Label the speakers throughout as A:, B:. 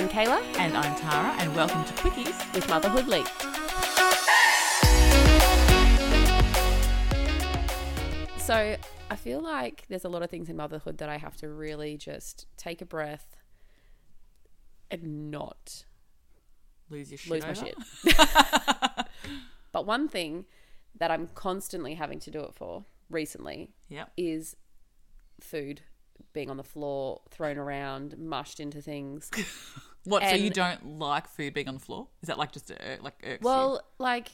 A: Kayla
B: And I'm Tara, and welcome to Quickies.
A: with Motherhood Leaked. So I feel like there's a lot of things in motherhood that I have to really just take a breath and not
B: Lose your shit.
A: lose my
B: over.
A: shit. but one thing that I'm constantly having to do it for recently
B: Yep.
A: is food being on the floor, thrown around, mushed into things.
B: What? so you
A: And-
B: don't like food being on the floor? Is that like just uh, like irks you?
A: Well, like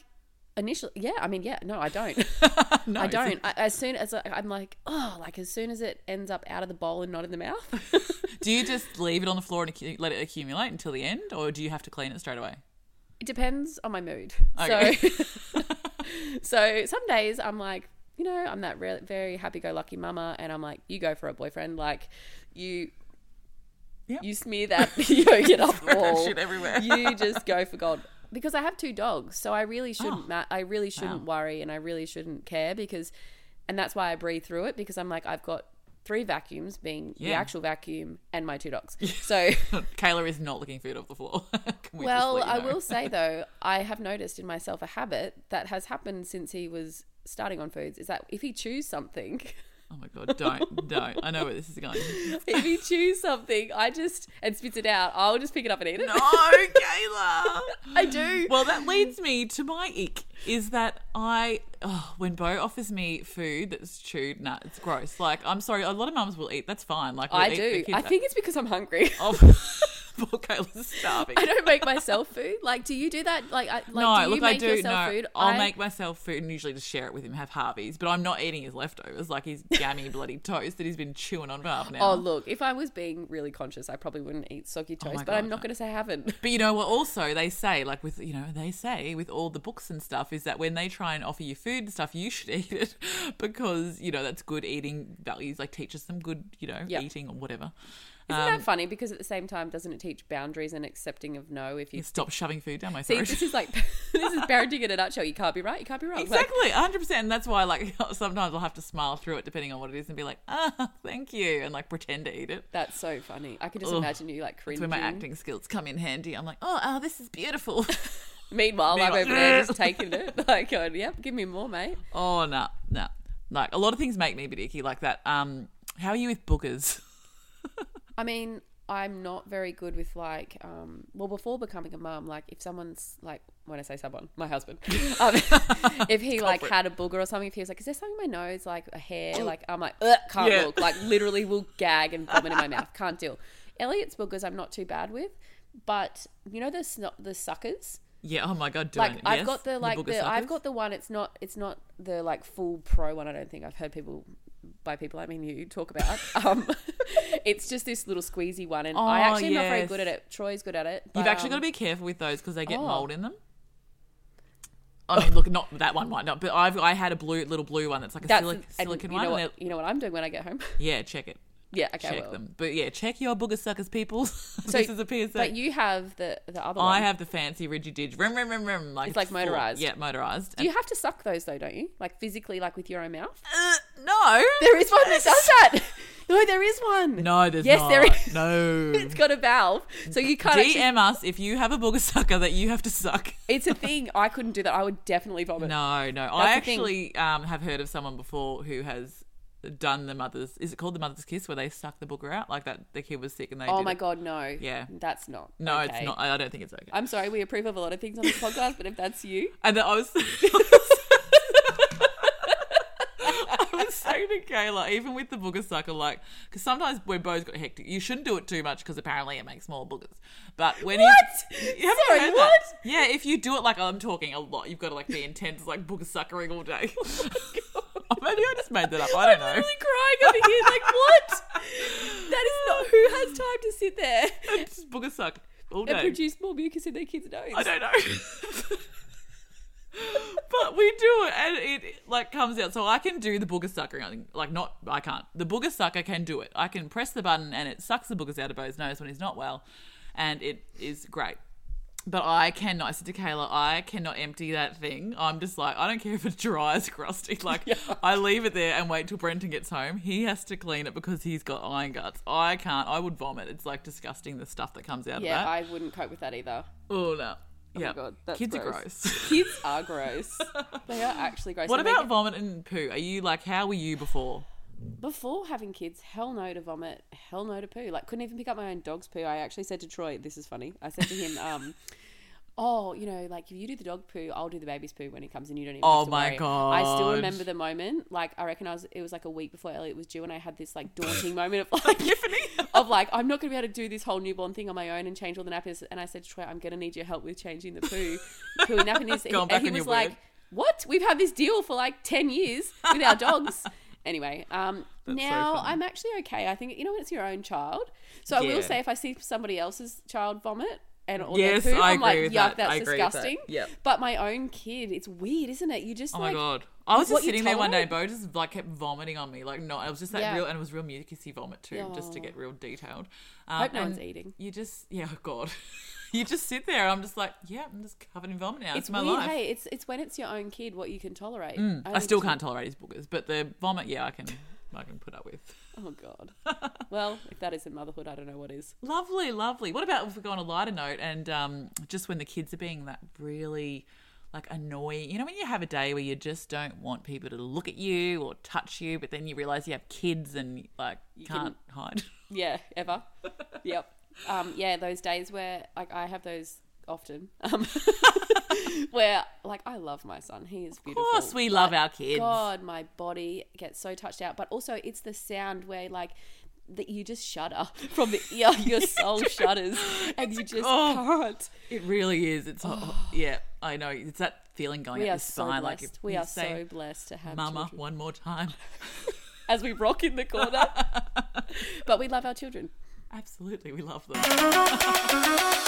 A: initially, yeah. I mean, yeah. No, I don't.
B: No,
A: I
B: it's like-
A: don't. I, as soon as I, I'm like, oh, like as soon as it ends up out of the bowl and not in the mouth,
B: Do you just leave it on the floor and accu- let it accumulate until the end, or do you have to clean it straight away?
A: it depends on my mood.
B: Okay.
A: So, so some days I'm like, you know, I'm that re- very happy-go-lucky mama, and I'm like, you go for it, boyfriend. Like, you.
B: Yep.
A: You smear that yogurt off the
B: that
A: wall.
B: shit everywhere.
A: you just go for gold because I have two dogs, so I really shouldn't.
B: Oh.
A: ma- I really shouldn't worry, and I really shouldn't care because, and that's why I breathe through it because I'm like I've got three vacuums, being the
B: Yeah.
A: actual vacuum and my two dogs. So,
B: Kayla is not looking food off the floor. Can we just
A: well,
B: let you
A: I
B: know?
A: will say though, I have noticed in myself a habit that has happened since he was starting on foods is that if he chews something,
B: Oh my god! Don't, don't. I know where this is going.
A: if he chews something, I just and spits it out. I'll just pick it up and eat it.
B: No, Kayla.
A: I do.
B: Well, that leads me to my ick is that I, oh, when Bo offers me food that's chewed, nah, it's gross. Like, I'm sorry, a lot of mums will eat. That's fine. Like, we'll
A: I
B: eat
A: do.
B: the kids-
A: I think it's because I'm hungry.
B: Oh, poor Kayla's starving.
A: I don't make myself food. Like, do you do that? Like, I, like
B: no,
A: do you
B: look,
A: make
B: I do.
A: yourself
B: No,
A: food?
B: I'll
A: I-
B: make myself food and usually just share it with him. Have Harvey's, but I'm not eating his leftovers, like his gammy bloody toast that he's been chewing on for half an hour.
A: Oh, look, if I was being really conscious, I probably wouldn't eat soggy toast,
B: Oh my
A: but I'm
B: God,
A: not
B: no.
A: going to say I haven't.
B: But you know what? Also, they say like with you know they say with all the books and stuff is that when they try and offer you food and stuff, you should eat it because you know that's good eating values. Like teaches them good you know
A: Yeah.
B: eating or whatever.
A: Isn't
B: Um,
A: that funny? Because at the same time, doesn't it teach boundaries and accepting of no if you.
B: You stop shoving food down my
A: See,
B: throat.
A: this is like, this is parenting in a nutshell. You can't be right, you can't be wrong. Like,
B: Exactly, hundred percent. That's why, like, sometimes I'll have to smile through it, depending on what it is, and be like, "Ah, thank you," and like pretend to eat it.
A: that's so funny. I can just
B: Ugh.
A: imagine you like
B: That's
A: cringing.
B: where my acting skills come in handy. I'm like, "Oh, oh this is beautiful."
A: Meanwhile, I'm
B: Meanwhile-
A: over there just taking it. Like, going, yep, give me more, mate.
B: Oh no, no. Like a lot of things make me a bit icky like that. Um, how are you with boogers?
A: I mean, I'm not very good with like, um, well, before becoming a mum, like if someone's like, when I say someone, my husband, um, if he like had a booger or something, if he was like, is there something in my nose, like a hair, like I'm like, Ugh, can't
B: Yeah.
A: look, like literally will gag and vomit in my mouth, can't deal. Elliot's boogers, I'm not too bad with, but you know the sno- the suckers.
B: Yeah. Oh my god. Doing
A: Like
B: it.
A: I've
B: Yes,
A: got the like the,
B: booger suckers.
A: I've got the one. It's not it's not the like full pro one. I don't think I've heard people by people I mean you talk about. um, it's just this little squeezy one, and I
B: Oh,
A: actually am not very
B: yes.
A: good at it. Troy's good at it.
B: You've
A: but,
B: actually
A: um,
B: got to be careful with those because they get
A: Oh.
B: mold in them. I mean, look, not that one might not, but I've I had a blue little blue one that's like a
A: um, that's
B: silic-
A: and
B: silicon
A: you
B: one.
A: Know
B: and
A: what, you know what I'm doing when I get home?
B: they're- yeah, check it,
A: yeah, okay,
B: check
A: well.
B: them. But yeah, check your booger suckers, people. this is a PSA.
A: But you have the the other one.
B: I have the fancy rigid dig. Rim, rim, rim, rim. Like
A: It's like
B: full-
A: motorised.
B: Yeah, motorized.
A: Do you have to suck those though? Don't you? Like physically, like with your own mouth?
B: uh, no,
A: There is one that does that. No, there is one.
B: No, there's
A: yes,
B: not.
A: there is.
B: No.
A: It's got a valve, so you can't. actually
B: DM us if you have a booger sucker that you have to suck.
A: It's a thing. I couldn't do that. I would definitely vomit.
B: No, no. I
A: the thing.
B: actually um, have heard of someone before who has done the mother's. Is it called the mother's kiss where they suck the booger out like that? The kid was sick and they.
A: oh
B: did
A: my
B: it.
A: god, no.
B: Yeah.
A: That's not.
B: No,
A: okay.
B: it's not. I I don't think it's okay.
A: I'm sorry, we approve of a lot of things on this podcast, but if that's you,
B: And then I was. I was saying to Kayla, even with the booger sucker, like, because sometimes when Bo's got hectic, you shouldn't do it too much because apparently it makes more boogers. But when you-
A: What?
B: you haven't
A: Sorry,
B: heard that?
A: what?
B: Yeah, if you do it like I'm talking a lot, you've got to like be intense, like booger suckering all day. Maybe I just made that up. Oh, I
A: I'm
B: don't know.
A: really crying over here. Like, what? that is not who has time to sit there
B: Just booger suck all
A: and
B: day.
A: produce more mucus in their kid's nose.
B: I don't know. but we do it, and it, it, like comes out. So I can do the booger suckering. Like not, I can't. The booger sucker can do it. I can press the button, and it sucks the boogers out of Bo's nose when he's not well, and it is great. But I cannot. I said to Kayla, I cannot empty that thing. I'm just like, I don't care if it dries crusty. Like, I leave it there and wait till Brenton gets home. He has to clean it because he's got iron guts. I can't. I would vomit. It's like disgusting the stuff that comes out
A: Yeah,
B: of that.
A: I wouldn't cope with that either.
B: oh no. yeah.
A: God, that's
B: Kids are
A: gross.
B: gross.
A: Kids are gross. they are actually gross.
B: What
A: And they
B: about
A: get-
B: vomit and poo? Are you like, how were you before?
A: before having kids? Hell no to vomit. Hell no to poo. Like couldn't even pick up my own dog's poo. I actually said to Troy, "This is funny." I said to him, um, "Oh, you know, like if you do the dog poo, I'll do the baby's poo when he comes in. You don't even."
B: Oh
A: have to
B: my
A: worry." I still
B: God.
A: remember the moment. Like I reckon I was. It was like a week before Elliot was due, and I had this like daunting moment of like of like, I'm not going to be able to do this whole newborn thing on my own and change all the nappies. And I said to Troy, I'm going to need your help with changing the poo, poo and nappies.
B: Gone
A: and
B: back
A: he
B: on
A: was
B: your
A: like,
B: word.
A: What? We've had this deal for like 10 years with our dogs. Anyway, um, now
B: funny.
A: I'm actually okay. I think, you know, when it's your own child. So I
B: Yeah.
A: will say, if I see somebody else's child vomit, and all
B: Yes,
A: their poo,
B: I
A: I'm like,
B: agree with
A: yuck,
B: that.
A: that's
B: I agree with that.
A: disgusting.
B: Yep.
A: But my own kid, it's weird, isn't it? You just
B: Oh
A: like,
B: my god. I was
A: what
B: just
A: you
B: sitting there one day, Bo just like kept vomiting on me. Like no, it was just that
A: Yeah.
B: real, and it was real mucusy vomit too, just to
A: Oh.
B: get real detailed. Um,
A: Hope no
B: and
A: one's eating.
B: You just yeah, oh god. you just sit there. I'm just like yeah, I'm just covered in vomit now. It's,
A: It's
B: my
A: weird,
B: life. Mm,
A: hey. It's it's when it's your own kid what you can tolerate.
B: I still
A: understand-
B: can't tolerate his boogers, but the vomit yeah, I can I can put up with.
A: Oh God. well, if that isn't motherhood, I don't know what is.
B: Lovely, lovely. What about if we go on a lighter note and um, just when the kids are being that really like annoying, you know, when you have a day where you just don't want people to look at you or touch you, but then you realize you have kids and like you can't hide.
A: Yeah, ever. yep. Um, yeah, those days where like I have those often. Um, where like I love my son. He is
B: Of
A: beautiful.
B: course, we love our kids.
A: God, my body gets so touched out. But also, it's the sound where like that you just shudder from the ear. Your soul shudders, and you just
B: oh.
A: can't.
B: It really is. It's oh, yeah, I know. It's that feeling going
A: We
B: up
A: are
B: your
A: so
B: spine, like
A: blessed.
B: if
A: we
B: you
A: are
B: say,
A: so blessed to have
B: "Mama,
A: children.
B: one more time."
A: as we rock in the corner. but we love our children.
B: Absolutely, we love them.